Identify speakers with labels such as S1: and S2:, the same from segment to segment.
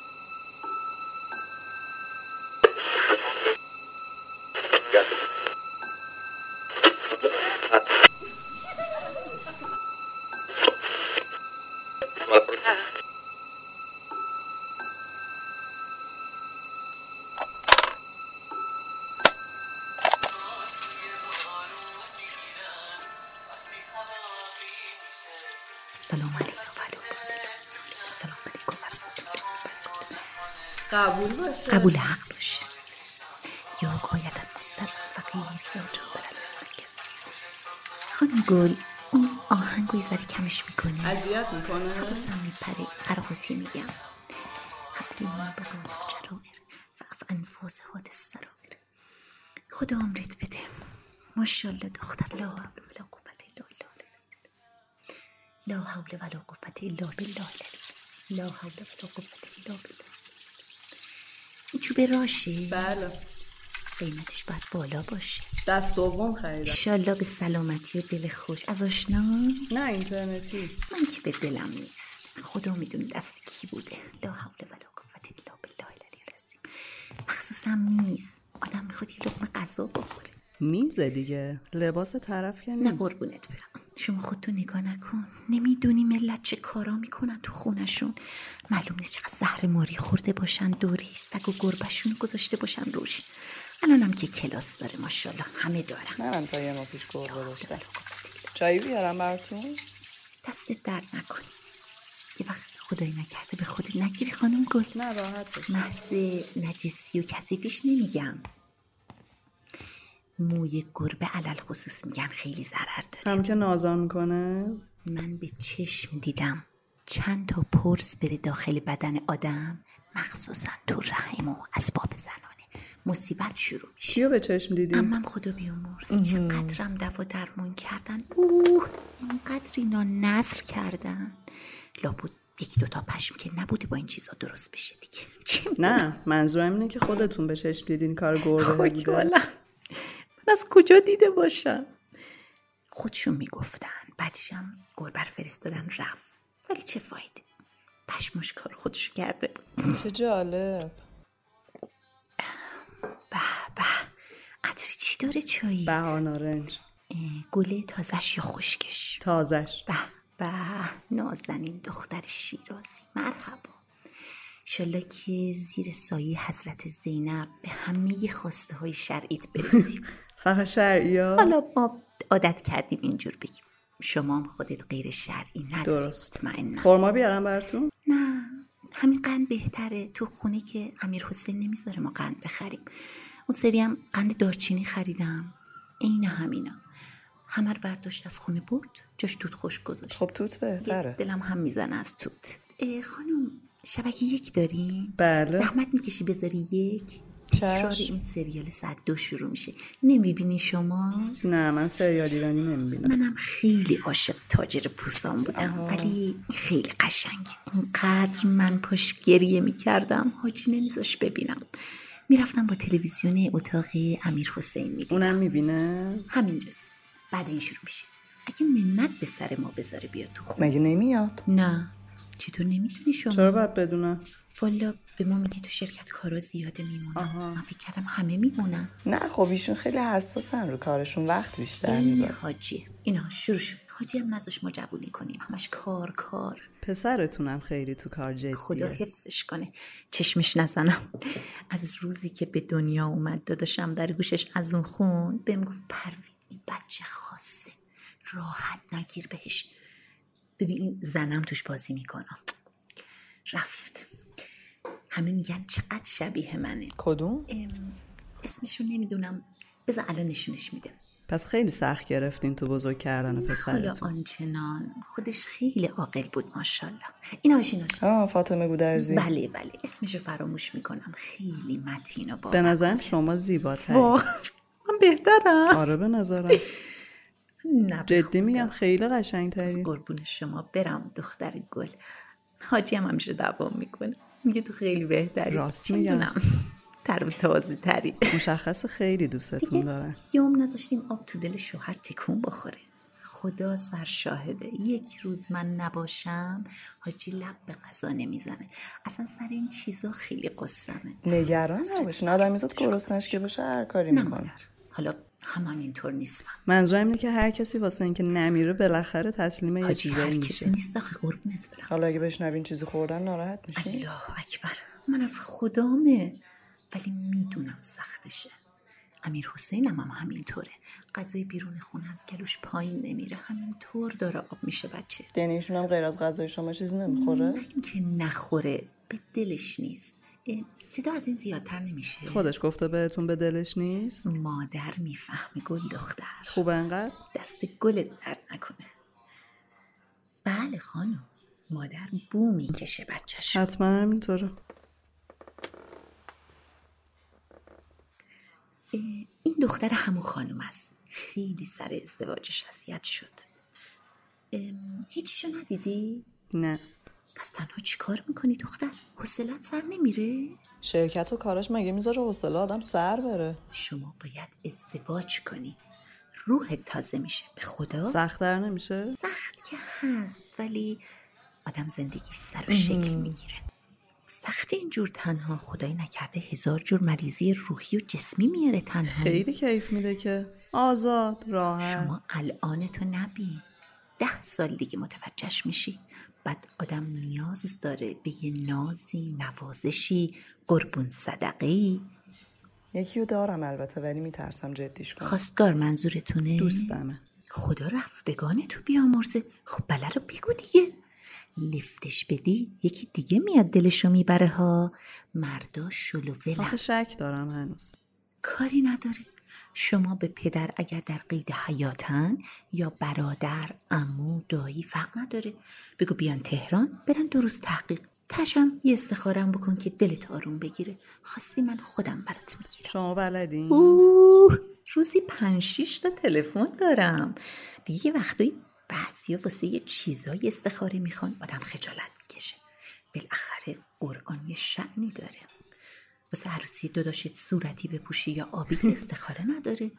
S1: بله
S2: سلام علیکم سلام علیکم
S3: قبول باشه
S2: قبول حق باشه یا قایتا مستر و غیر یا جا بلد از کسی خانم گل اون آهنگو یه ذره کمش میکنی
S3: اذیت میکنه
S2: حواسم میپره قرقوتی میگم حبلی ما بقاد الجرائر و اف انفاسهات السرائر خدا عمرت بده ماشاءالله دختر لا حول ولا قوت الا بالله لا حول ولا قوت الا بالله العلی لا حول ولا قوت الا بالله این چوب راشه
S3: بله
S2: قیمتش باید بالا باشه
S3: دست دوم خریدم
S2: انشالله به سلامتی و دل خوش از آشنا
S3: نه اینترنتی
S2: من که به دلم نیست خدا میدون دست کی بوده لا حول ولا قوت الا بالله العلی العظیم مخصوصا میز آدم میخواد یه لقمه غذا بخوره
S3: میزه دیگه لباس طرف که
S2: نه
S3: نیست
S2: قربونت برم شما خودتو نگاه نکن نمیدونی ملت چه کارا میکنن تو خونشون معلوم نیست چقدر زهر ماری خورده باشن دوری سگ و گربشون رو گذاشته باشن روش الانم که کلاس داره ماشاءالله همه دارن
S3: منم تا یه ما پیش گربه داشتم چایی بیارم براتون
S2: دستت درد نکنه یه وقت خدایی نکرده به خودت نگیری خانم گل
S3: نه راحت باش
S2: محض نجسی و کثیفیش نمیگم موی گربه علل خصوص میگن خیلی ضرر داره
S3: هم که نازان میکنه
S2: من به چشم دیدم چند تا پرس بره داخل بدن آدم مخصوصا تو رحم و اسباب زنانه مصیبت شروع میشه
S3: چیو به چشم دیدیم
S2: امم خدا بیامرز چقدرم دوا درمون کردن اوه اینقدر اینا نصر کردن لابد یک دوتا پشم که نبوده با این چیزا درست بشه دیگه چه
S3: نه منظورم اینه که خودتون به چشم دیدین کار گربه
S2: خاک
S3: بوده
S2: بالم. من از کجا دیده باشم خودشون میگفتن بعدشم گربر فرستادن رفت ولی چه فایده پشمش کار خودشو کرده بود
S3: چه جالب
S2: به به عطر چی داره چایی
S3: بها نارنج
S2: گل تازش یا خشکش
S3: تازش
S2: به به نازنین دختر شیرازی مرحبا شالا که زیر سایه حضرت زینب به همه خواسته های شرعیت برسیم
S3: فقط شرعی ها
S2: حالا ما عادت کردیم اینجور بگیم شما هم خودت غیر شرعی نداری
S3: درست.
S2: مطمئنا
S3: خورما بیارم براتون
S2: نه همین قند بهتره تو خونه که امیر حسین نمیذاره ما قند بخریم اون سری هم قند دارچینی خریدم عین همینا همه رو برداشت از خونه برد جاش توت خوش گذاشت
S3: خب توت بهتره
S2: یه دلم هم میزنه از توت اه، خانم شبکه یک داریم
S3: بله
S2: زحمت میکشی بذاری یک تکرار
S3: چشم.
S2: این سریال ساعت دو شروع میشه نمیبینی شما
S3: نه من سریال ایرانی نمیبینم
S2: منم خیلی عاشق تاجر پوستان بودم ولی این خیلی قشنگه اینقدر من پاش گریه میکردم حاجی نمیذاش ببینم میرفتم با تلویزیون اتاق امیر حسین میدیدم
S3: اونم میبینه
S2: همینجاست بعد این شروع میشه اگه منت به سر ما بذاره بیاد تو خونه
S3: مگه نمیاد
S2: نه چطور نمیدونی شما
S3: چرا باید بدونم
S2: والا به ما میگی تو شرکت کارا زیاده میمونن من فکر کردم همه میمونن
S3: نه خب ایشون خیلی حساسن رو کارشون وقت بیشتر
S2: این حاجی اینا شروع شد حاجی هم نذاش ما جوونی کنیم همش کار کار
S3: پسرتونم خیلی تو کار جدیه
S2: خدا حفظش کنه چشمش نزنم از روزی که به دنیا اومد داداشم در گوشش از اون خون بهم گفت پروین این بچه خاصه راحت نگیر بهش ببین این زنم توش بازی میکنم رفت همه میگن چقدر شبیه منه
S3: کدوم؟
S2: ام، اسمشو نمیدونم بذار الان نشونش میده
S3: پس خیلی سخت گرفتین تو بزرگ کردن
S2: حالا
S3: پسرتون
S2: آنچنان خودش خیلی عاقل بود ماشاءالله این آشین
S3: آه فاطمه گودرزی
S2: بله بله اسمشو فراموش میکنم خیلی متین و با
S3: به نظرم شما زیباتری
S2: من بهترم
S3: آره به نظرم
S2: نه به
S3: جدی میگم خیلی قشنگتری
S2: قربون شما برم دختر گل حاجی هم همیشه دوام میکنه میگه تو خیلی بهتری
S3: راست
S2: چه
S3: میگم.
S2: میدونم تر و تازه تری
S3: مشخص خیلی دوستتون دارن
S2: یوم نذاشتیم آب تو دل شوهر تکون بخوره خدا سر شاهده یک روز من نباشم حاجی لب به غذا نمیزنه اصلا سر این چیزا خیلی قصمه
S4: نگران نباش نه آدمیزاد
S2: شکر.
S4: گرسنش که باشه هر کاری
S2: نه
S4: میکنه
S2: مادر حالا همان اینطور نیستم
S3: منظورم اینه که هر کسی واسه اینکه نمیره بالاخره تسلیم یه
S2: حاجی هر
S3: چیزایی
S2: کسی
S3: میشه
S2: نیست آخه قربونت برم
S3: حالا اگه بشنوین چیزی خوردن ناراحت میشین
S2: الله اکبر من از خدامه ولی میدونم سختشه امیر حسینم هم همینطوره غذای بیرون خونه از گلوش پایین نمیره همینطور داره آب میشه بچه
S3: یعنی ایشون هم غیر از غذای شما چیزی نمیخوره
S2: نه اینکه نخوره به دلش نیست اه، صدا از این زیادتر نمیشه
S3: خودش گفته بهتون به دلش نیست
S2: مادر میفهمه گل دختر
S3: خوب انقدر
S2: دست گلت درد نکنه بله خانم مادر بو میکشه بچهش
S3: حتما همینطوره
S2: این دختر همون خانم است خیلی سر ازدواجش اذیت شد ام، هیچیشو ندیدی؟
S4: نه
S2: پس تنها چیکار میکنی دختر؟ حوصلت سر نمیره؟
S3: شرکت و کاراش مگه میذاره حوصله آدم سر بره
S2: شما باید ازدواج کنی روح تازه میشه به خدا
S4: سختتر نمیشه
S2: سخت که هست ولی آدم زندگیش سر و شکل میگیره سخت اینجور تنها خدای نکرده هزار جور مریضی روحی و جسمی میاره تنها
S4: خیلی کیف میده که آزاد راحت
S2: شما الان تو نبین ده سال دیگه متوجهش میشی بعد آدم نیاز داره به یه نازی نوازشی قربون صدقی
S3: یکیو دارم البته ولی میترسم جدیش کنم
S2: خواستگار منظورتونه
S4: دوستمه
S2: خدا رفتگان تو بیامرزه خب بله رو بگو دیگه لفتش بدی یکی دیگه میاد دلشو میبره ها مردا شلوولن
S4: آخه شک دارم هنوز
S2: کاری نداره شما به پدر اگر در قید حیاتن یا برادر امو دایی فرق نداره بگو بیان تهران برن دو روز تحقیق تشم یه استخارم بکن که دلت آروم بگیره خواستی من خودم برات میگیرم
S4: شما بلدین
S2: اوه روزی پنج شیش تا تلفن دارم دیگه وقتی بعضی واسه یه چیزای استخاره میخوان آدم خجالت میکشه بالاخره قرآن یه شعنی داره واسه عروسی داداشت صورتی بپوشی یا آبی که استخاره نداره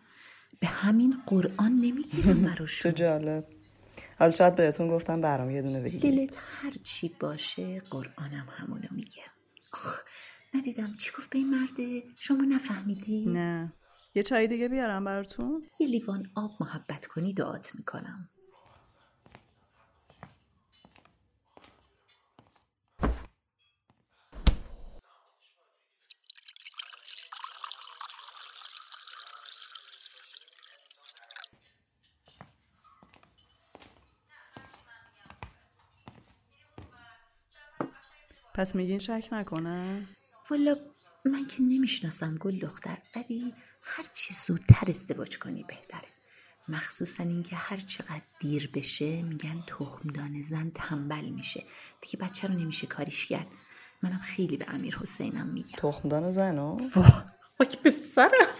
S2: به همین قرآن نمیگیرم
S3: چه
S2: براشون
S3: جالب حالا شاید بهتون گفتم برام یه دونه بگیر
S2: دلت هر چی باشه قرآنم همونو میگه آخ ندیدم چی گفت به این مرده شما نفهمیدی؟
S4: نه یه چای دیگه بیارم براتون
S2: یه لیوان آب محبت کنی دعات میکنم
S4: پس میگین شک نکنم
S2: والا من که نمیشناسم گل دختر ولی هر چی زودتر ازدواج کنی بهتره مخصوصا اینکه هر چقدر دیر بشه میگن تخمدان زن تنبل میشه دیگه بچه رو نمیشه کاریش کرد منم خیلی به امیر حسینم میگم
S3: تخمدان زنو
S2: واه خاک به سرم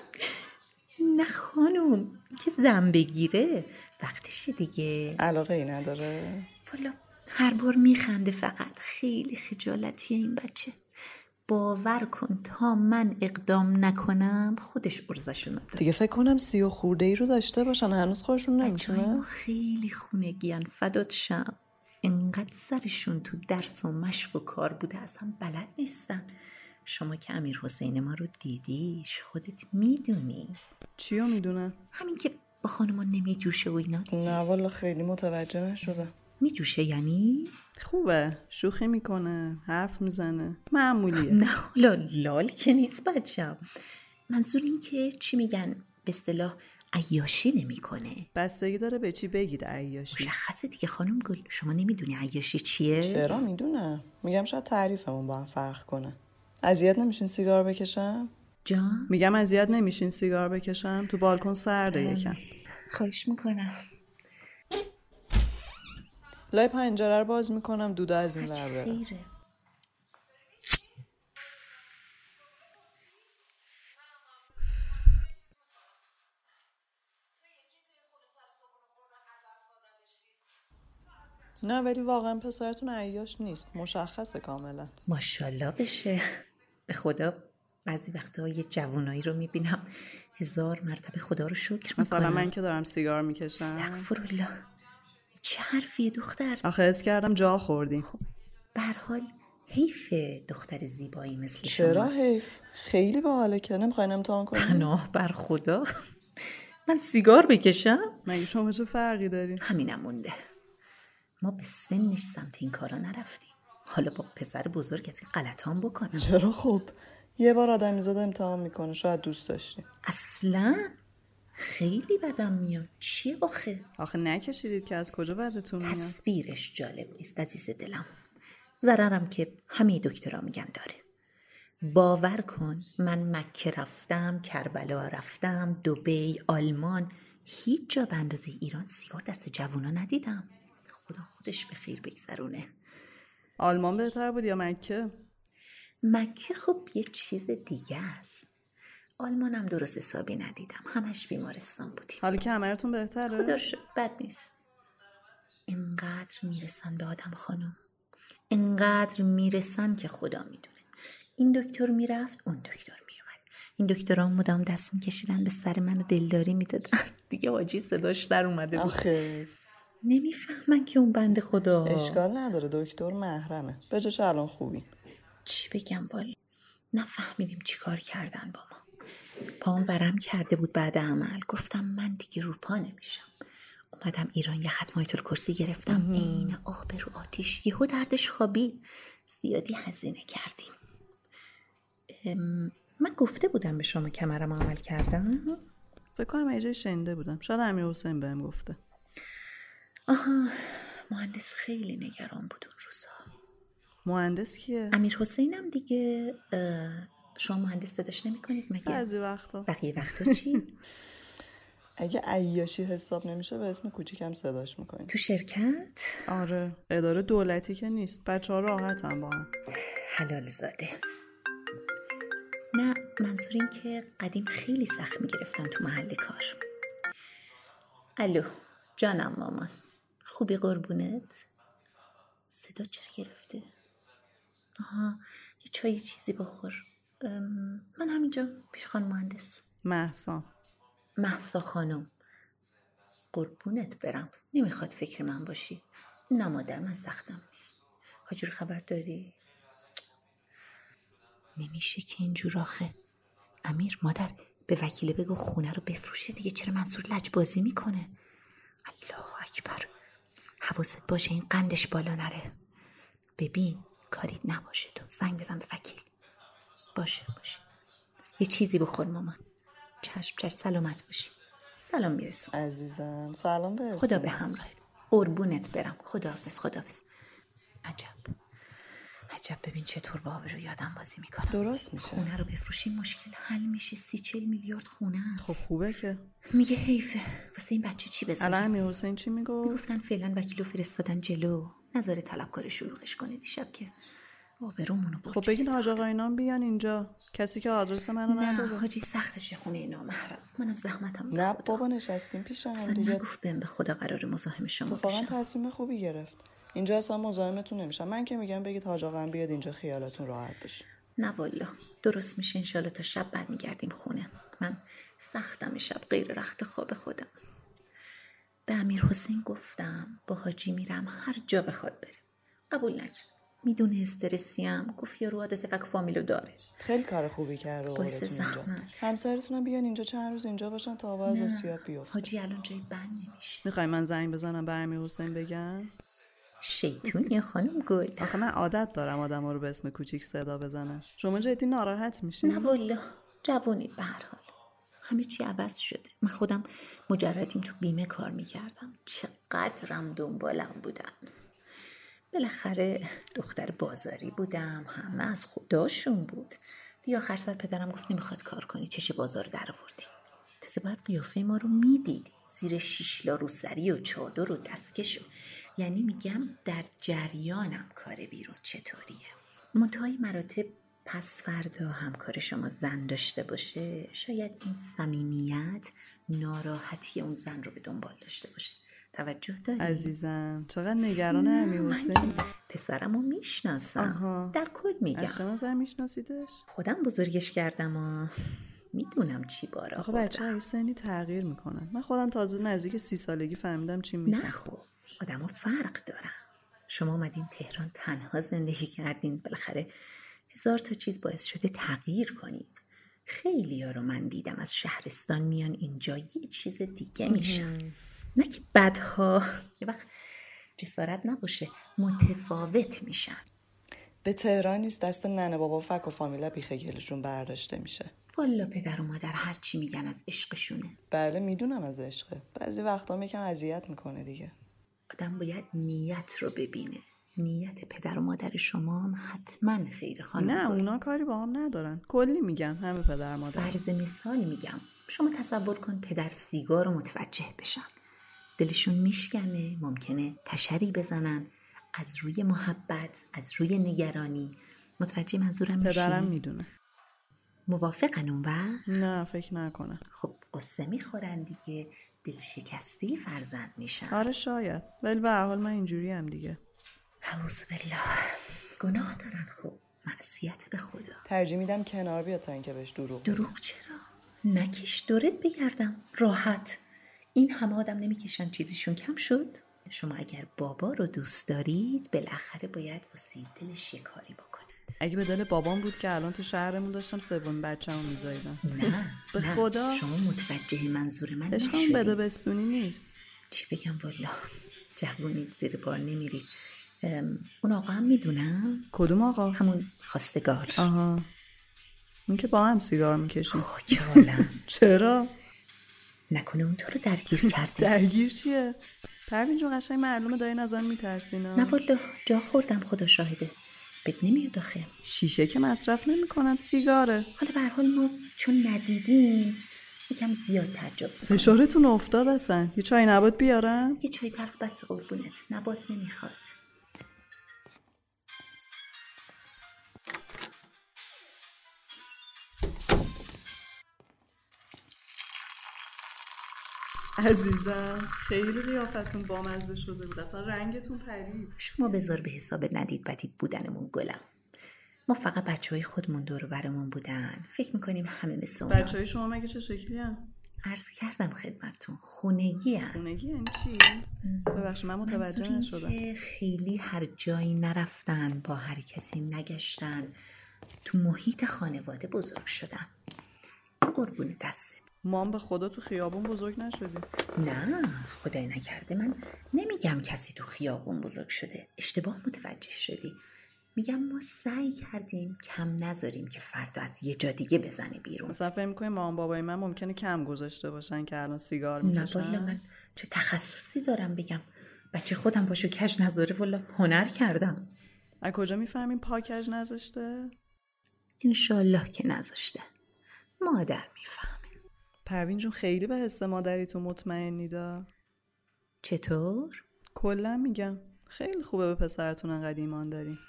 S2: نه خانم که زن بگیره وقتشه دیگه
S3: علاقه ای نداره
S2: والا هر بار میخنده فقط خیلی خجالتیه این بچه باور کن تا من اقدام نکنم خودش ارزشو نداره
S3: دیگه فکر کنم سی و خورده ای رو داشته باشن هنوز خودشون
S2: بچه های ما
S3: نمیتونه
S2: خیلی خونگیان فدات شم انقدر سرشون تو درس و مشق و کار بوده اصلا بلد نیستن شما که امیر حسین ما رو دیدیش خودت میدونی
S4: چیو میدونم
S2: همین که با خانمان نمیجوشه و اینا
S3: نه والا خیلی متوجه نشدم
S2: میجوشه یعنی
S4: خوبه شوخی میکنه حرف میزنه معمولیه
S2: نه حالا لال که نیست بچم منظور این که چی میگن به اصطلاح عیاشی نمیکنه
S4: بستگی داره به چی بگید عیاشی
S2: مشخصه دیگه خانم گل شما نمیدونی عیاشی چیه
S3: چرا میدونم میگم شاید تعریفمون با هم فرق کنه اذیت نمیشین سیگار بکشم
S2: جان
S4: میگم اذیت نمیشین سیگار بکشم تو بالکن سرده یکم
S2: خواهش میکنم
S3: لای پنجره رو باز میکنم دودا از این ور بره.
S2: خیره
S3: نه ولی واقعا پسرتون عیاش نیست مشخصه کاملا
S2: ماشاءالله بشه به خدا بعضی وقتها یه جوانایی رو میبینم هزار مرتبه خدا رو شکر
S4: مثلا
S2: میکنم
S4: من که دارم سیگار میکشم
S2: استغفر الله چه حرفیه دختر خب،
S4: آخه حس کردم جا خوردیم
S2: به هر حال حیف دختر زیبایی مثل
S3: چرا
S2: شماست
S4: خب،
S3: حیف خیلی باحاله که نمیخواین امتحان کنین
S2: پناه بر خدا من سیگار بکشم
S4: مگه شما چه فرقی دارین
S2: همینم مونده ما به سنش سمت این کارا نرفتیم حالا با پسر بزرگت که غلطام بکنم
S3: چرا خب یه بار آدمیزاد امتحان میکنه شاید دوست داشتی
S2: اصلا خیلی بدم میاد چیه آخه
S4: آخه نکشیدید که از کجا بدتون میاد
S2: تصویرش جالب نیست عزیز دلم ضررم که همه دکترا میگن داره باور کن من مکه رفتم کربلا رفتم دبی آلمان هیچ جا به اندازه ایران سیگار دست جوونا ندیدم خدا خودش به خیر بگذرونه
S4: آلمان بهتر بود یا مکه
S2: مکه خب یه چیز دیگه است آلمانم درست حسابی ندیدم همش بیمارستان بودیم
S4: حالا که همه‌تون بهتره
S2: خدا شد بد نیست اینقدر میرسن به آدم خانم اینقدر میرسن که خدا میدونه این دکتر میرفت اون دکتر میومد این دکتران مدام دست میکشیدن به سر من و دلداری میدادن دیگه حاجی صداش در اومده بود
S3: آخه
S2: نمیفهمن که اون بند خدا
S3: اشکال نداره دکتر محرمه به جاش الان خوبی
S2: چی بگم والا نفهمیدیم چیکار کردن با ما پام ورم کرده بود بعد عمل گفتم من دیگه روپا نمیشم اومدم ایران یه ختم آیت کرسی گرفتم عین آب رو آتیش یهو دردش خوابید زیادی هزینه کردیم ام، من گفته بودم به شما کمرم عمل کردم
S4: فکر کنم یه جای شنیده بودم شاید امیر حسین بهم گفته
S2: آها مهندس خیلی نگران بود اون روزا
S4: مهندس کیه
S2: امیر حسینم دیگه اه، شما مهندس صداش نمیکنید مگه
S4: بعضی وقتا
S2: بقیه وقتا چی
S3: اگه عیاشی حساب نمیشه به اسم کوچیکم صداش میکنی
S2: تو شرکت
S4: آره اداره دولتی که نیست بچه ها راحتن با هم
S2: حلال زاده نه منظور این که قدیم خیلی سخت میگرفتن تو محل کار الو جانم مامان خوبی قربونت صدا چرا گرفته آها یه چای چیزی بخور ام، من همینجا پیش خانم مهندس
S4: محسا
S2: محسا خانم قربونت برم نمیخواد فکر من باشی نه مادر من سختم نیست حاجور خبر داری؟ نمیشه که اینجور آخه امیر مادر به وکیله بگو خونه رو بفروشه دیگه چرا منصور لج بازی میکنه الله اکبر حواست باشه این قندش بالا نره ببین کاریت نباشه تو زنگ بزن به وکیل باشه باشه یه چیزی بخور مامان چشم چشم سلامت باشی سلام میرسون
S3: عزیزم سلام برسون
S2: خدا به همراهت قربونت برم خداحافظ خداحافظ عجب عجب ببین چطور با آبرو یادم بازی میکنم
S3: درست میشه
S2: خونه رو بفروشی مشکل حل میشه سی چل میلیارد خونه
S4: خب
S2: است
S4: خوبه که
S2: میگه حیفه واسه این بچه چی
S4: الان
S2: بذاریم
S4: امیر حسین چی میگفت
S2: گفتن فعلا وکیلو فرستادن جلو نظر طلبکار شلوغش کنه دیشب که آبرومونو برد
S4: خب
S2: جای
S4: بگین
S2: ساخت.
S4: حاج آقایان بیان اینجا کسی که آدرس منو نداده
S2: نه حاجی سختشه خونه نامحرم منم زحمتم به
S3: نه
S2: خدا.
S3: بابا نشستیم پیش هم
S2: اصلا
S3: دیگه
S2: نگفت بهم به خدا قرار مزاحم شما
S3: اتفاقا
S2: بشم
S3: تصمیم خوبی گرفت اینجا اصلا مزاحمتون نمیشم من که میگم بگید حاج آقام بیاد اینجا خیالتون راحت بشه
S2: نه والا درست میشه انشالله تا شب برمیگردیم خونه من سختم شب غیر رخت خواب خودم به امیر حسین گفتم با حاجی میرم هر جا بخواد بره قبول نکرد میدونه استرسیم گفت یارو آدرس فک فامیلو داره
S3: خیلی کار خوبی کرده
S2: باعث
S3: آوردتون اینجا
S2: زحمت.
S3: همسرتون هم بیان اینجا چند روز اینجا باشن تا آب از آسیاب بیفت
S2: حاجی الان جای بند نمیشه
S4: میخوای من زنگ بزنم به امیر حسین بگم
S2: شیطون یا خانم گل
S4: آخه من عادت دارم آدما رو به اسم کوچیک صدا بزنم شما جدی ناراحت میشین
S2: نه والا جوونید به هر حال همه چی عوض شده من خودم مجردیم تو بیمه کار میکردم چقدرم دنبالم بودن بالاخره دختر بازاری بودم همه از خداشون بود دیگه آخر سر پدرم گفت نمیخواد کار کنی چش بازار در آوردی تازه باید قیافه ما رو میدیدی زیر شیشلا روسری و چادر و دستکش و یعنی میگم در جریانم کار بیرون چطوریه منتهای مراتب پس فردا همکار شما زن داشته باشه شاید این صمیمیت ناراحتی اون زن رو به دنبال داشته باشه توجه داری؟
S4: عزیزم چقدر نگران امیر حسین
S2: پسرم رو میشناسم در کل میگم
S4: از شما زن میشناسیدش
S2: خودم بزرگش کردم و میدونم چی بار
S4: آخه
S2: آوردم
S4: بچه های خب سنی تغییر میکنن من خودم تازه نزدیک سی سالگی فهمیدم چی میگن
S2: نه خب آدما فرق دارن شما اومدین تهران تنها زندگی کردین بالاخره هزار تا چیز باعث شده تغییر کنید خیلی ها رو من دیدم از شهرستان میان اینجا یه چیز دیگه میشن نه که بدها یه وقت جسارت نباشه متفاوت میشن
S3: به تهران نیست دست ننه بابا فک و فامیلا بیخه گلشون برداشته میشه
S2: والا پدر و مادر هرچی میگن از عشقشونه
S3: بله میدونم از عشقه بعضی وقتا هم یکم اذیت میکنه دیگه
S2: آدم باید نیت رو ببینه نیت پدر و مادر شما هم حتما خیر خانم
S4: نه
S2: گل.
S4: اونا کاری با هم ندارن کلی میگم همه پدر مادر
S2: فرض مثال میگم شما تصور کن پدر سیگار رو متوجه بشن دلشون میشکنه ممکنه تشری بزنن از روی محبت از روی نگرانی متوجه منظورم
S4: پدرم
S2: میشی
S4: میدونه
S2: موافقن اون وقت
S4: نه فکر نکنه
S2: خب قصه میخورن دیگه دل شکسته فرزند میشن
S4: آره شاید ولی به هر حال من اینجوری هم دیگه
S2: حوض بالله گناه دارن خب معصیت به خدا
S3: ترجیح میدم کنار بیاد تا اینکه بهش دروغ بگه.
S2: دروغ چرا؟ نکش دورت بگردم راحت این همه آدم نمیکشن چیزیشون کم شد شما اگر بابا رو دوست دارید بالاخره باید واسه دلش یه کاری بکنید
S4: اگه به دل بابام بود که الان تو شهرمون داشتم سوم بچه‌مو می‌زاییدم
S2: نه
S4: به
S2: نه،
S4: خدا.
S2: شما متوجه منظور من
S4: عشقم بده
S2: نشدید
S4: بستونی نیست
S2: چی بگم والا جوونید زیر بار نمیرید ام، اون آقا هم میدونم
S4: کدوم آقا
S2: همون خواستگار
S4: آها اون که با هم سیگار میکشیم
S2: آه، که حالا
S4: چرا
S2: نکنه اون تو رو درگیر کرده
S4: درگیر چیه پروین جون قشنگ معلومه داری نظر میترسی
S2: نه والا جا خوردم خدا شاهده بد نمیاد آخه
S4: شیشه که مصرف نمیکنم سیگاره
S2: حالا به هر حال ما چون ندیدیم یکم زیاد تعجب می‌کنیم.
S4: فشارتون افتاد اصلا یه چای نبات بیارم
S2: یه چای تلخ بس قربونت نبات نمیخواد
S4: عزیزم خیلی قیافتون بامزه شده بود اصلا رنگتون پرید
S2: شما بذار به حساب ندید بدید بودنمون گلم ما فقط بچه های خودمون دور و برمون بودن فکر میکنیم همه مثل اونا
S4: بچه های شما مگه چه شکلی هم؟
S2: عرض کردم خدمتتون خونگی هم
S4: خونگی یعنی چی؟ ببخشید من
S2: منظور
S4: متوجه
S2: این
S4: نشدم
S2: که خیلی هر جایی نرفتن با هر کسی نگشتن تو محیط خانواده بزرگ شدن قربون دستت
S4: مام به خدا تو خیابون بزرگ نشدیم
S2: نه خدای نکرده من نمیگم کسی تو خیابون بزرگ شده اشتباه متوجه شدی میگم ما سعی کردیم کم نذاریم که فردا از یه جا دیگه بزنه بیرون
S4: مثلا فکر می‌کنی مام بابای من ممکنه کم گذاشته باشن که الان سیگار
S2: نه والا
S4: میکشن
S2: من چه تخصصی دارم بگم بچه خودم باشو کش نذاره والا هنر کردم
S4: از کجا میفهمیم پاکج نذاشته
S2: انشالله که نذاشته مادر میفهمه
S4: پروین جون خیلی به حس مادری تو مطمئنی دا
S2: چطور؟
S4: کلا میگم خیلی خوبه به پسرتون انقدر ایمان داریم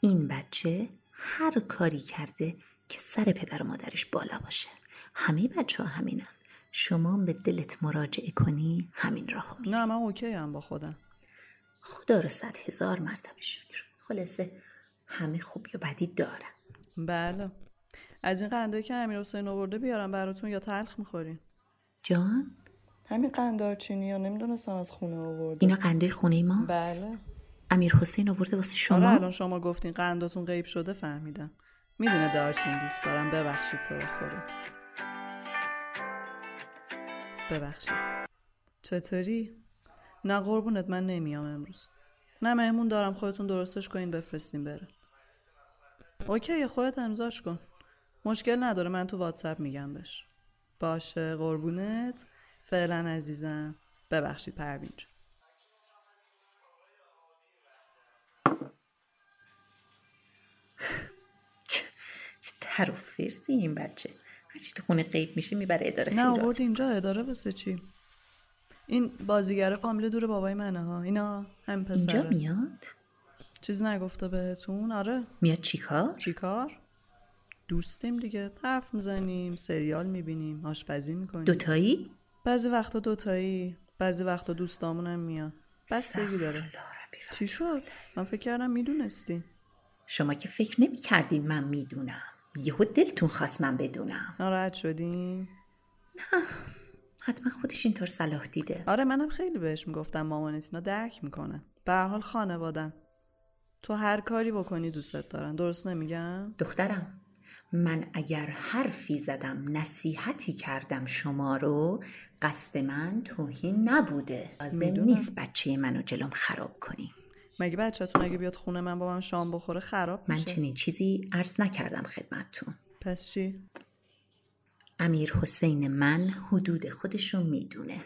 S2: این بچه هر کاری کرده که سر پدر و مادرش بالا باشه همه بچه ها همینن شما هم به دلت مراجعه کنی همین راهو می
S4: نه من اوکی هم با خودم
S2: خدا رو صد هزار مرتبه شکر خلاصه همه خوبی و بدی دارن
S4: بله از این قنده که امیر حسین آورده بیارم براتون یا تلخ میخورین
S2: جان
S3: همین قندارچینی ها نمیدونستم از خونه آورده
S2: اینا قنده خونه ما
S3: بله
S2: امیر حسین آورده واسه
S4: آره
S2: شما
S4: الان شما گفتین قنداتون غیب شده فهمیدم میدونه دارچین دوست دارم ببخشید تو رو خدا ببخشید چطوری؟ نه قربونت من نمیام امروز نه مهمون دارم خودتون درستش کنین بفرستین بره اوکی خودت امضاش کن مشکل نداره من تو واتساپ میگم بهش باشه قربونت فعلا عزیزم ببخشید پروین جون.
S2: چه تر و فرزی این بچه هرچی تو خونه قیب میشه میبره اداره
S4: نه
S2: خیرات
S4: آورد اینجا اداره واسه چی این بازیگر فامیل دور بابای منه ها اینا هم
S2: اینجا
S4: پسره
S2: میاد
S4: چیز نگفته بهتون آره
S2: میاد چیکار
S4: چی کار دوستیم دیگه حرف میزنیم سریال میبینیم آشپزی میکنیم
S2: دوتایی
S4: بعضی وقتا دوتایی بعضی وقتا دوستامون هم میان بستگی داره
S2: استغفرالله ربی و
S4: چی شد من فکر کردم میدونستی
S2: شما که فکر نمی کردین من میدونم یهو دلتون خواست من بدونم
S4: ناراحت شدیم
S2: حتما خودش اینطور صلاح دیده
S4: آره منم خیلی بهش میگفتم مامانت اینا درک میکنن به هر حال خانوادن تو هر کاری بکنی دوستت دارن درست نمیگم
S2: دخترم من اگر حرفی زدم نصیحتی کردم شما رو قصد من توهین نبوده لازم
S4: میدونم.
S2: نیست بچه منو جلوم خراب کنی
S4: مگه بچهتون اگه بیاد خونه من با من شام بخوره خراب
S2: من
S4: میشه
S2: چنین چیزی عرض نکردم خدمتتون
S4: پس چی
S2: امیر حسین من حدود خودشو میدونه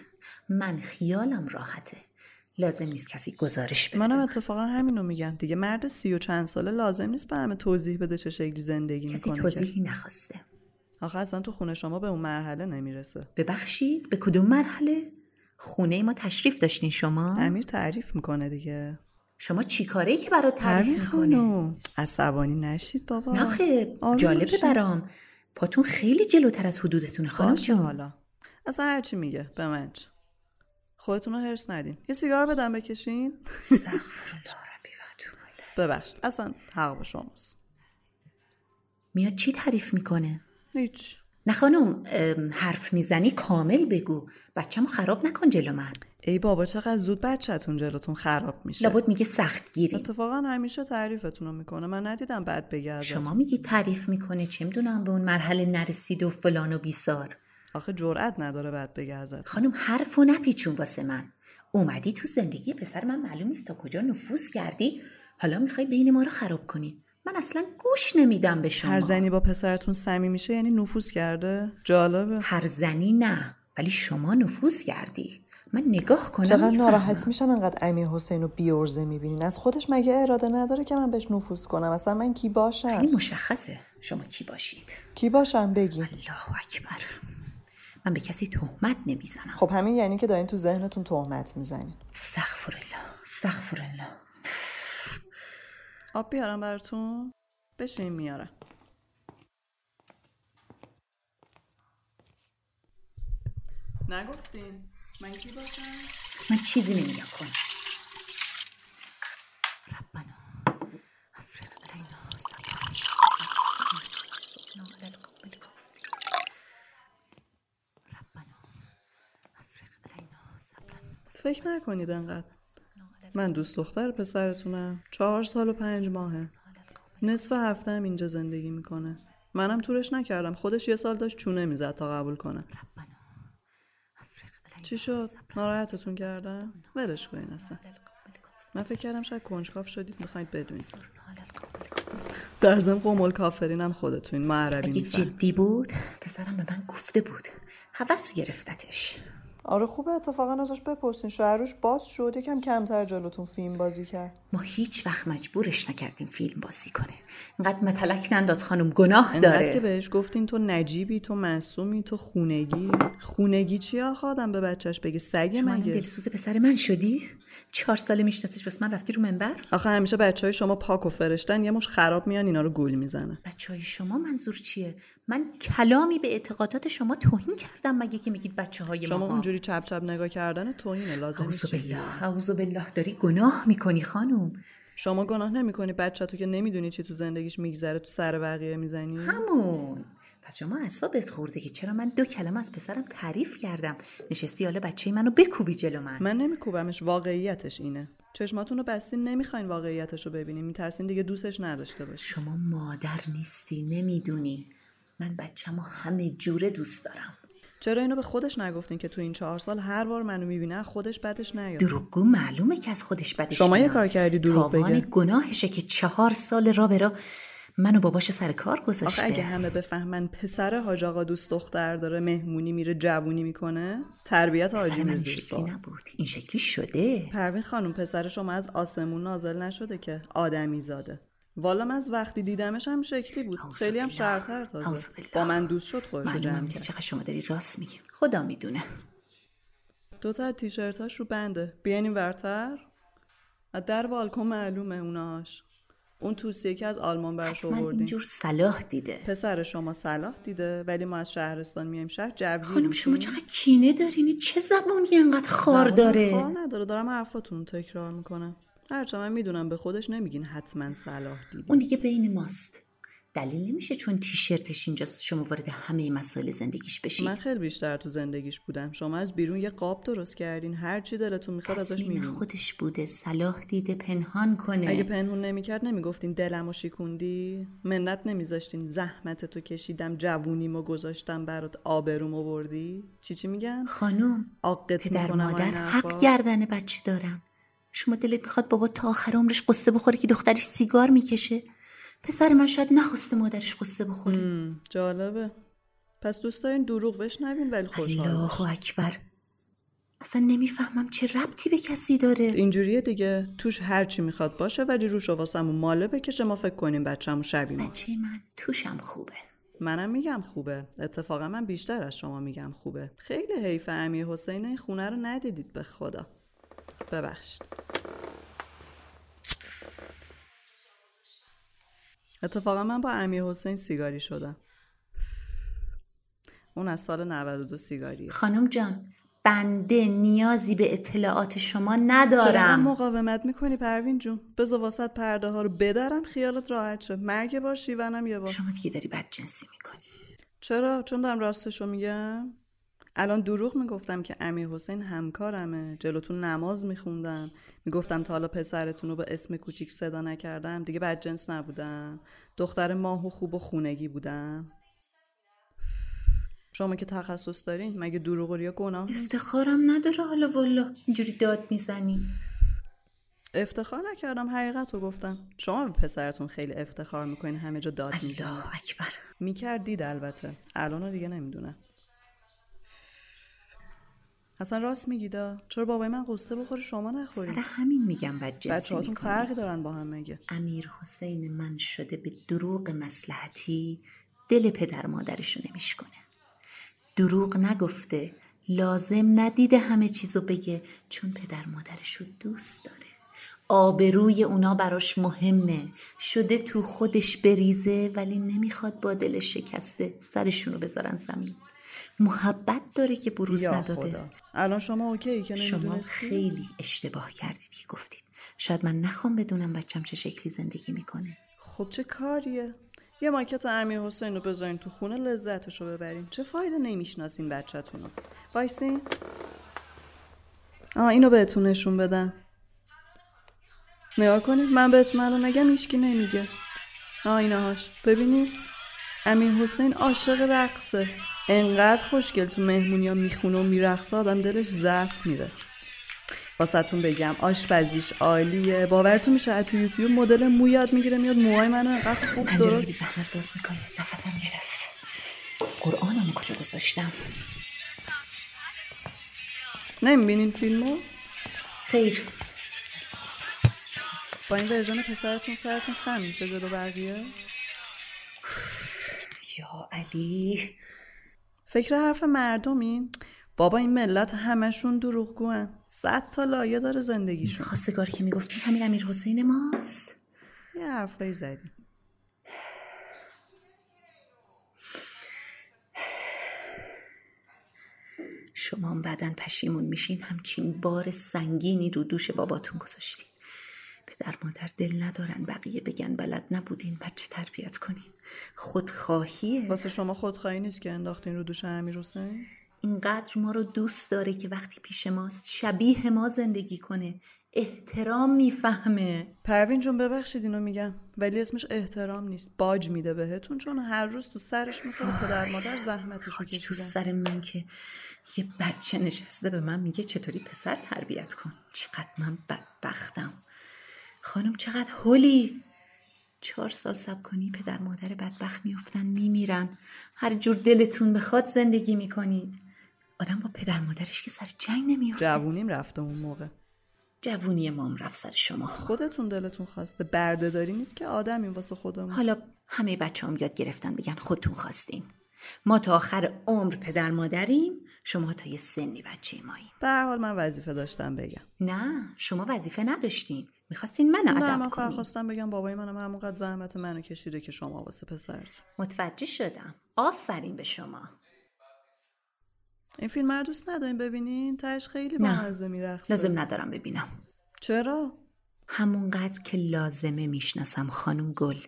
S2: من خیالم راحته لازم نیست کسی گزارش بده
S4: منم اتفاقا همینو میگم دیگه مرد سی و چند ساله لازم نیست به همه توضیح بده چه شکلی زندگی
S2: کسی
S4: میکنه
S2: توضیحی نخواسته
S4: آخه اصلا تو خونه شما به اون مرحله نمیرسه
S2: ببخشید به کدوم مرحله خونه ما تشریف داشتین شما
S4: امیر تعریف میکنه دیگه
S2: شما چی کاره که برا تعریف
S4: تعریف
S2: میکنه
S4: خانم عصبانی نشید بابا
S2: نخه
S4: آروم
S2: جالبه
S4: باشین.
S2: برام پاتون خیلی جلوتر از حدودتونه خانم
S4: باشه
S2: جون
S4: حالا اصلا هرچی میگه به من چه خودتون رو هرس ندین یه سیگار بدم بکشین
S2: استغفرالله ربی و اتوب.
S4: ببخشید اصلا حق با شماست
S2: میاد چی تعریف میکنه
S4: هیچ
S2: نه خانم ام، حرف میزنی کامل بگو بچه‌مو خراب نکن جلو من
S4: ای بابا چقدر زود بچهتون جلوتون خراب میشه
S2: لابد میگه سخت گیری
S4: اتفاقا همیشه تعریفتون رو میکنه من ندیدم بعد بگردم
S2: شما میگی تعریف میکنه چه میدونم به اون مرحله نرسیده و فلان و بیسار
S4: آخه جرأت نداره بعد بگه ازت
S3: خب،
S2: خانم حرف و نپیچون واسه من اومدی تو زندگی پسر من معلوم نیست تا کجا نفوذ کردی حالا میخوای بین ما رو خراب کنی من اصلا گوش نمیدم به شما
S4: هر زنی با پسرتون صمیمی میشه یعنی نفوذ کرده جالبه
S2: هر زنی نه ولی شما نفوذ کردی من نگاه کنم
S3: چقدر
S2: میفهمم.
S3: ناراحت میشم انقدر امیر حسین رو بیارزه میبینین از خودش مگه اراده نداره که من بهش نفوذ کنم اصلا من کی باشم
S2: خیلی مشخصه شما کی باشید
S3: کی باشم بگی
S2: الله اکبر من به کسی تهمت نمیزنم
S3: خب همین یعنی که دارین تو ذهنتون تهمت میزنین
S2: استغفر الله استغفر الله
S4: آب بیارم براتون بشین میارم نگفتین من کی باشم؟
S2: من چیزی نمیگم کن ربنا افرغ علینا صبرا سبحان علی القوم الكافرین ربنا افرغ علینا صبرا
S4: فکر نکنید انقدر
S2: سبحان علی
S4: من دوست دختر پسرتونم چهار سال و پنج ماهه
S2: القوم
S4: نصف هفته هم اینجا زندگی میکنه منم تورش نکردم خودش یه سال داشت چونه میزد تا قبول کنه
S2: ربنا افرغ علینا
S4: چی شد؟
S2: صبرا
S4: ناراحتتون کردم؟ ولش کنین اصلا
S2: علی القوم الكافرین
S4: من فکر کردم شاید کنجکاف شدید میخواید بدونید
S2: سبحان علی القوم الكافرین
S4: در ضمن قمول کافرینم خودتون ما عربی
S2: اگه
S4: میفهم
S2: جدی بود پسرم به من گفته بود هوس گرفتتش
S3: آره خوبه اتفاقا ازش بپرسین شوهروش باز شد یکم کمتر جلوتون فیلم بازی کرد
S2: ما هیچ وقت مجبورش نکردیم فیلم بازی کنه اینقدر متلک ننداز خانم گناه
S4: انقدر که
S2: داره
S4: بهش گفتین تو نجیبی تو معصومی تو خونگی خونگی چی آخه آدم به بچهش بگه سگ
S2: شما الان
S4: مگه
S2: دلسوز پسر من شدی چهار ساله میشناسیش واسه من رفتی رو منبر
S4: آخه همیشه بچه های شما پاک و فرشتن یه مش خراب میان اینا رو گول میزنه
S2: بچه های شما منظور چیه من کلامی به اعتقادات شما توهین کردم مگه که میگید بچه های
S4: شما
S2: ما
S4: اونجوری چپ چپ نگاه کردن توهینه لازم نیست
S2: اعوذ
S4: چیزی
S2: بالله
S4: بگی.
S2: اعوذ بالله داری گناه میکنی خانم
S4: شما گناه نمیکنی بچه تو که نمیدونی چی تو زندگیش میگذره تو سر بقیه میزنی
S2: همون پس شما اعصابت خورده که چرا من دو کلمه از پسرم تعریف کردم نشستی حالا بچه منو بکوبی جلو من
S4: من نمیکوبمش واقعیتش اینه چشماتون رو بستین نمیخواین واقعیتش رو ببینین میترسین دیگه دوستش نداشته باشین
S2: شما مادر نیستی نمیدونی من بچه‌مو همه جوره دوست دارم
S4: چرا اینو به خودش نگفتین که تو این چهار سال هر بار منو میبینه خودش بدش نیاد
S2: دروغگو معلومه که از خودش بدش
S4: شما یه
S2: میاد.
S4: کار کردی دروغ
S2: تاوان
S4: بگه.
S2: گناهشه که چهار سال را به را من و باباشو سر کار
S4: آخه اگه
S2: گذاشته
S4: همه بفهمن پسر حاج آقا دوست دختر داره مهمونی میره جوونی میکنه تربیت حاجی
S2: سر من این
S4: میرزه
S2: شکلی نبود این شکلی شده
S4: پروین خانم پسر شما از آسمون نازل نشده که آدمی زاده والا من از وقتی دیدمش هم شکلی بود
S2: اعوذ
S4: خیلی هم
S2: بالله.
S4: شرطر
S2: اعوذ
S4: تازه
S2: بالله.
S4: با من دوست شد خودش رو
S2: معلومم
S4: جمع
S2: نیست
S4: کرد
S2: چقدر شما داری راست میگی خدا میدونه
S4: دوتا از تیشرتاش رو بنده بیانیم ورتر از در بالکن معلومه اوناش اون توصیه که از آلمان برش
S2: حتما
S4: آوردیم
S2: اینجور صلاح دیده
S4: پسر شما صلاح دیده ولی ما از شهرستان میایم شهر جوی
S2: خانم شما
S4: می‌شیم.
S2: چقدر کینه دارین این چه زبونی انقدر خار
S4: زبانم
S2: داره
S4: کار نداره دارم حرفاتون رو تکرار میکنم هرچند من میدونم به خودش نمیگین حتما صلاح دیده
S2: اون دیگه بین ماست دلیل نمیشه چون تیشرتش اینجاست شما وارد همه مسائل زندگیش
S4: من
S2: بشید
S4: خیلی بیشتر تو زندگیش بودم شما از بیرون یه قاب درست کردین هر چی دلتون میخواد ازش
S2: تصمیم
S4: میبینید
S2: خودش بوده صلاح دیده پنهان
S4: اگه
S2: کنه
S4: پنهون نمیکرد نمیگفتین دلم و شکوندی منت نمیذاشتین زحمت تو کشیدم جوونیمو گذاشتم برات آبروم آوردی چی چی میگن
S2: خانم
S4: آقت
S2: پدر
S4: میکنم
S2: مادر حق گردن بچه دارم شما دلت میخواد بابا تا آخر عمرش قصه بخوره که دخترش سیگار میکشه پسر من شاید نخواسته مادرش قصه بخوره
S4: جالبه پس دوست دارین دروغ بشنوین ولی خوشحال
S2: الله اکبر اصلا نمیفهمم چه ربطی به کسی داره
S4: اینجوریه دیگه توش هر چی میخواد باشه ولی روش و واسمون ماله بکشه ما فکر کنیم بچه‌مون شبیه ما
S2: بچه من توشم خوبه
S4: منم میگم خوبه اتفاقا من بیشتر از شما میگم خوبه خیلی حیف امیر حسین این خونه رو ندیدید به خدا ببخشید اتفاقا من با امیر حسین سیگاری شدم اون از سال 92 سیگاریه
S2: خانم جان بنده نیازی به اطلاعات شما
S4: چرا انقدر
S2: ندارم
S4: مقاومت میکنی پروین جون بذار واسط پرده ها رو بدرم خیالت راحت شد مرگ بار شیونم یه بار
S2: شما دیگه داری بدجنسی میکنی
S4: چرا چون دارم راستشو میگم الان دروغ میگفتم که امیر حسین همکارمه جلوتون نماز میخوندم میگفتم تا حالا پسرتون رو با اسم کوچیک صدا نکردم دیگه بدجنس نبودم دختر ماه و خوب و خونگی بودم شما که تخصص دارین مگه دروغ و ریا گناه
S2: افتخارم نداره حالا والا اینجوری داد میزنی
S4: افتخار نکردم حقیقت رو گفتم شما به پسرتون خیلی افتخار میکنین همه جا داد میزنین
S2: الله اکبر
S4: میکردید البته الان رو دیگه نمیدونم اصلا راست میگیدا چرا بابای من قصه بخوره شما
S2: سر
S4: نخورید
S2: همین میگم بدجنسی
S4: بچه هاتون
S2: میکنی
S4: فرقی دارن با هم مگه
S2: امیر حسین من شده به دروغ مسلحتی دل پدر مادرشو نمیشکنه دروغ نگفته لازم ندیده همه چیزو بگه چون پدر مادرشو دوست داره آبروی اونا براش مهمه شده تو خودش بریزه ولی نمیخواد با دل شکسته سرشونو بذارن زمین محبت داره که بروز
S4: یا
S2: نداده
S4: خدا الان شما اوکی که
S2: شما
S4: نمیدونستی
S2: خیلی اشتباه کردید که گفتید شاید من نخوام بدونم بچم چه شکلی زندگی میکنه
S4: خب چه کاریه یه ماکت امیر حسین رو بذارین تو خونه لذتش رو ببرین چه فایده نمیشناسین بچهتون رو وایسین آه اینو بهتون نشون بدم نگاه کنید من بهتون الان نگم هیچکی نمیگه آه اینهاش ببینید امیر حسین عاشق رقصه انقدر خوشگل تو مهمونی ها میخونه و میرقصه آدم دلش ضعف میده واسهتون بگم آشپزیش عالیه باورتون میشه از تو یوتیوب مدل مو یاد میگیره میاد موهای منو انقدر خوب
S2: پنجره رو بی
S4: درست
S2: زحمت باز میکنه نفسم گرفت قرآنم کجا گذاشتم
S4: نمیبینین فیلمو
S2: خیر بسم الله.
S4: با این ورژن پسرتون سرتون خم میشه جلو بقیه
S2: یا علی
S4: فکر حرف مردمی بابا این ملت همشون دروغگوئن صد تا لایه داره زندگیشون
S2: خواستگار که میگفتیم همین امیر حسین ماست
S4: یه حرفایی زدیم
S2: شما هم بعدا پشیمون میشین همچین بار سنگینی رو دوش باباتون گذاشتین پدر مادر دل ندارن بقیه بگن بلد نبودین بچه تربیت کنین خودخواهیه
S4: واسه شما خودخواهی نیست که انداختین رو دوش امیر حسین
S2: اینقدر ما رو دوست داره که وقتی پیش ماست شبیه ما زندگی کنه احترام میفهمه
S4: پروین جون ببخشید اینو میگم ولی اسمش احترام نیست باج میده بهتون چون هر روز تو سرش میخوره پدر مادر زحمتش
S2: خاک تو
S4: میکشیدن
S2: سر من که یه بچه نشسته به من میگه چطوری پسر تربیت کن چقدر من بدبختم خانم چقدر هولی چهار سال سب کنی پدر مادر بدبخت میفتن میمیرن هر جور دلتون بخواد زندگی میکنید آدم با پدر مادرش که سر جنگ نمیفته
S4: جوونیم رفته اون موقع
S2: جوونی مام رفت سر شما
S4: خودتون دلتون خواسته بردهداری نیست که آدمیم واسه خودمون
S2: حالا همه بچه هم یاد گرفتن بگن خودتون خواستین ما تا آخر عمر پدر مادریم شما تا یه سنی بچه ماییم
S4: به هر حال من وظیفه داشتم بگم
S2: نه شما وظیفه نداشتین میخواستین منو
S4: نه من
S2: ادب
S4: فقط
S2: کنین
S4: خواستم بگم بابای منم همونقدر زحمت منو کشیده که شما واسه پسرتون
S2: متوجه شدم آفرین به شما
S4: این فیلم رو دوست ندارین ببینین تاش خیلی
S2: نه.
S4: بامزه میرقصه
S2: لازم ندارم ببینم
S4: چرا
S2: همونقدر که لازمه میشناسم خانم گل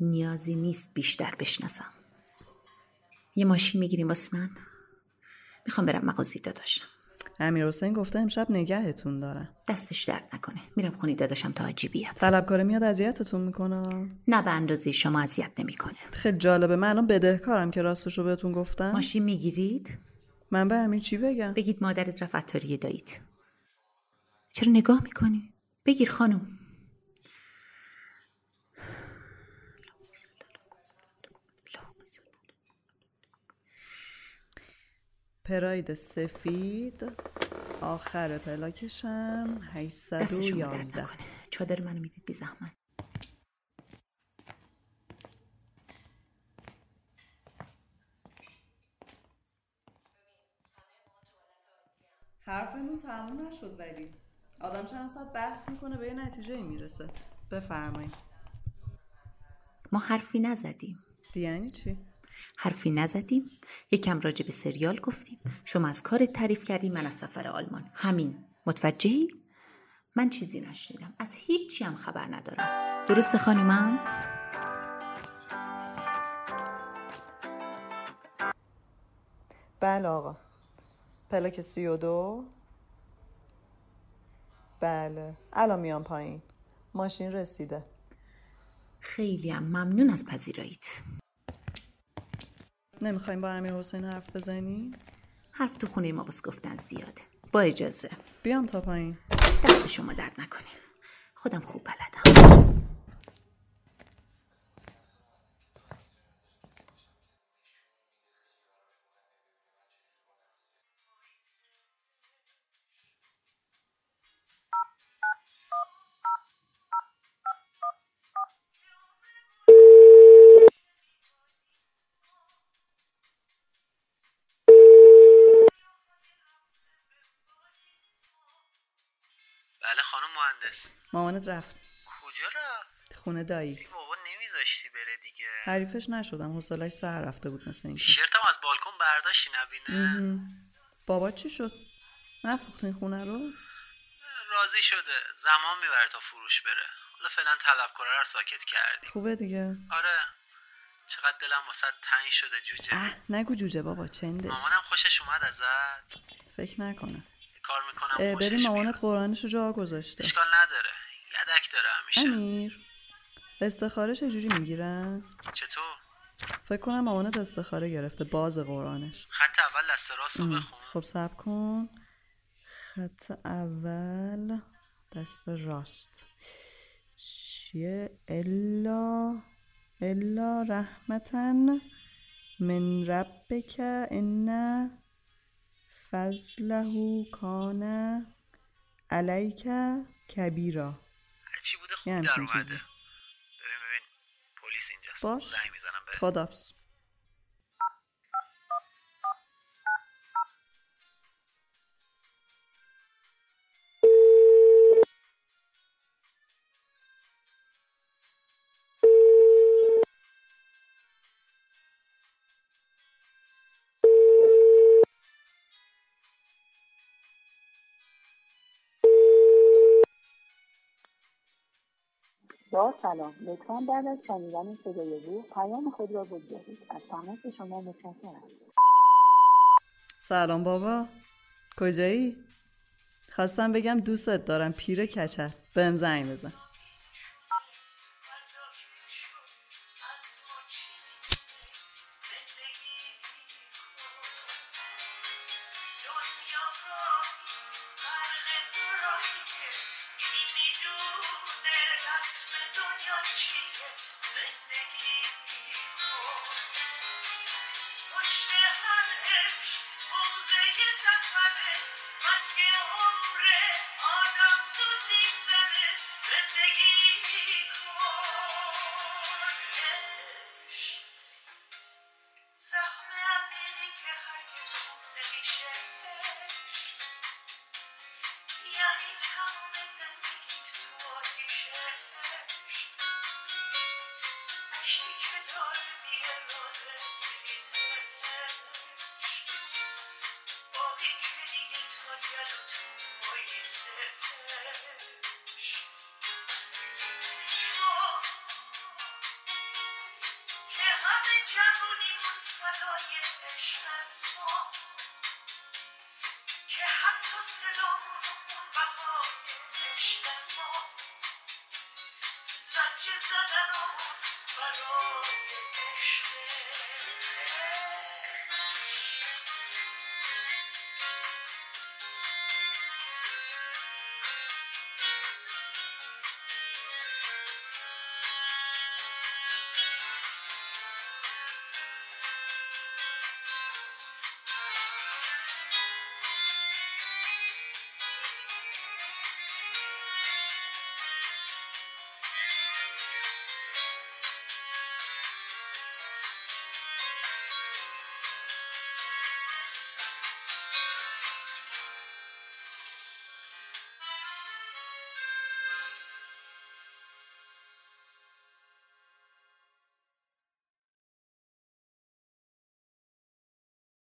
S2: نیازی نیست بیشتر بشناسم یه ماشین میگیریم واسه من میخوام برم مغازی داداشم
S4: امیر حسین گفته امشب نگهتون دارم
S2: دستش درد نکنه میرم خونی داداشم تا حاجی بیاد
S4: طلبکار میاد اذیتتون میکنه
S2: نه به اندازه شما اذیت نمیکنه
S4: خیلی جالبه من الان بدهکارم که راستشو بهتون گفتم
S2: ماشین میگیرید
S4: من به امیر چی بگم
S2: بگید مادرت رفت عطاری داییت چرا نگاه میکنی بگیر خانم
S4: پراید سفید آخر پلاکشم
S2: دست شما درد
S4: 811
S2: نکنه چادر منو میدید بی زحمت
S4: حرفمون تموم نشد ولی آدم چند ساعت بحث میکنه به یه نتیجه میرسه بفرمایید
S2: ما حرفی نزدیم
S4: یعنی چی
S2: حرفی نزدیم یکم راجع به سریال گفتیم شما از کارت تعریف کردی من از سفر آلمان همین متوجهی من چیزی نشنیدم از هیچی هم خبر ندارم درست خانومم
S3: بله آقا پلاک سی و دو بله الان میام پایین ماشین رسیده
S2: خیلی هم ممنون از پذیراییت
S4: نمیخوایم با امیر حسین حرف بزنیم
S2: حرف تو خونه ما باز گفتن زیاده با اجازه
S4: بیام تا پایین
S2: دست شما درد نکنه خودم خوب بلدم
S1: بله خانم مهندس
S4: مامانت رفت
S1: کجا را؟
S4: خونه داییت
S1: بابا نمیذاشتی بره دیگه
S4: تعریفش نشدم حوصلش سر رفته بود مثل اینکه
S1: تیشرتم از بالکن برداشتی نبینه
S4: بابا چی شد نفروختین خونه رو
S1: راضی شده زمان میبره تا فروش بره حالا فعلا طلبکارا رو ساکت کردیم
S4: خوبه دیگه
S1: آره چقدر دلم واسه تنگ شده جوجه
S4: اه نگو جوجه بابا چندش
S1: مامانم خوشش اومد ازت
S4: فکر نکنه
S1: کار میکنم
S4: اه،
S1: خوشش
S4: ببین
S1: بیاد
S4: مامانت قرآنش رو جا گذاشته
S1: اشکال نداره یدک داره همیشه
S4: امیر استخاره چجوری میگیرن
S1: چطور
S4: فکر کنم مامانت استخاره گرفته باز قرآنش
S1: خط اول دست راست رو بخون
S4: خب سب کن خط اول دست راست چیه الا الا رحمتن من ربک ان فضله کان علیک کبیرا
S1: هرچی بوده
S4: یه
S1: خوب در
S4: همچین چیزی
S1: اومده ببین ببین پلیس اینجاست
S4: باش.
S1: زنگ میزنم به
S4: خدافز
S5: با سلام لطفا بعد از شنیدن صدای او پیام خود را بگذارید از تماس شما متشکرم
S4: سلام بابا کجایی؟ خواستم بگم دوستت دارم پیر کچل بهم زنگ بزن
S6: Maske umre, adam su dizere, zendegi شب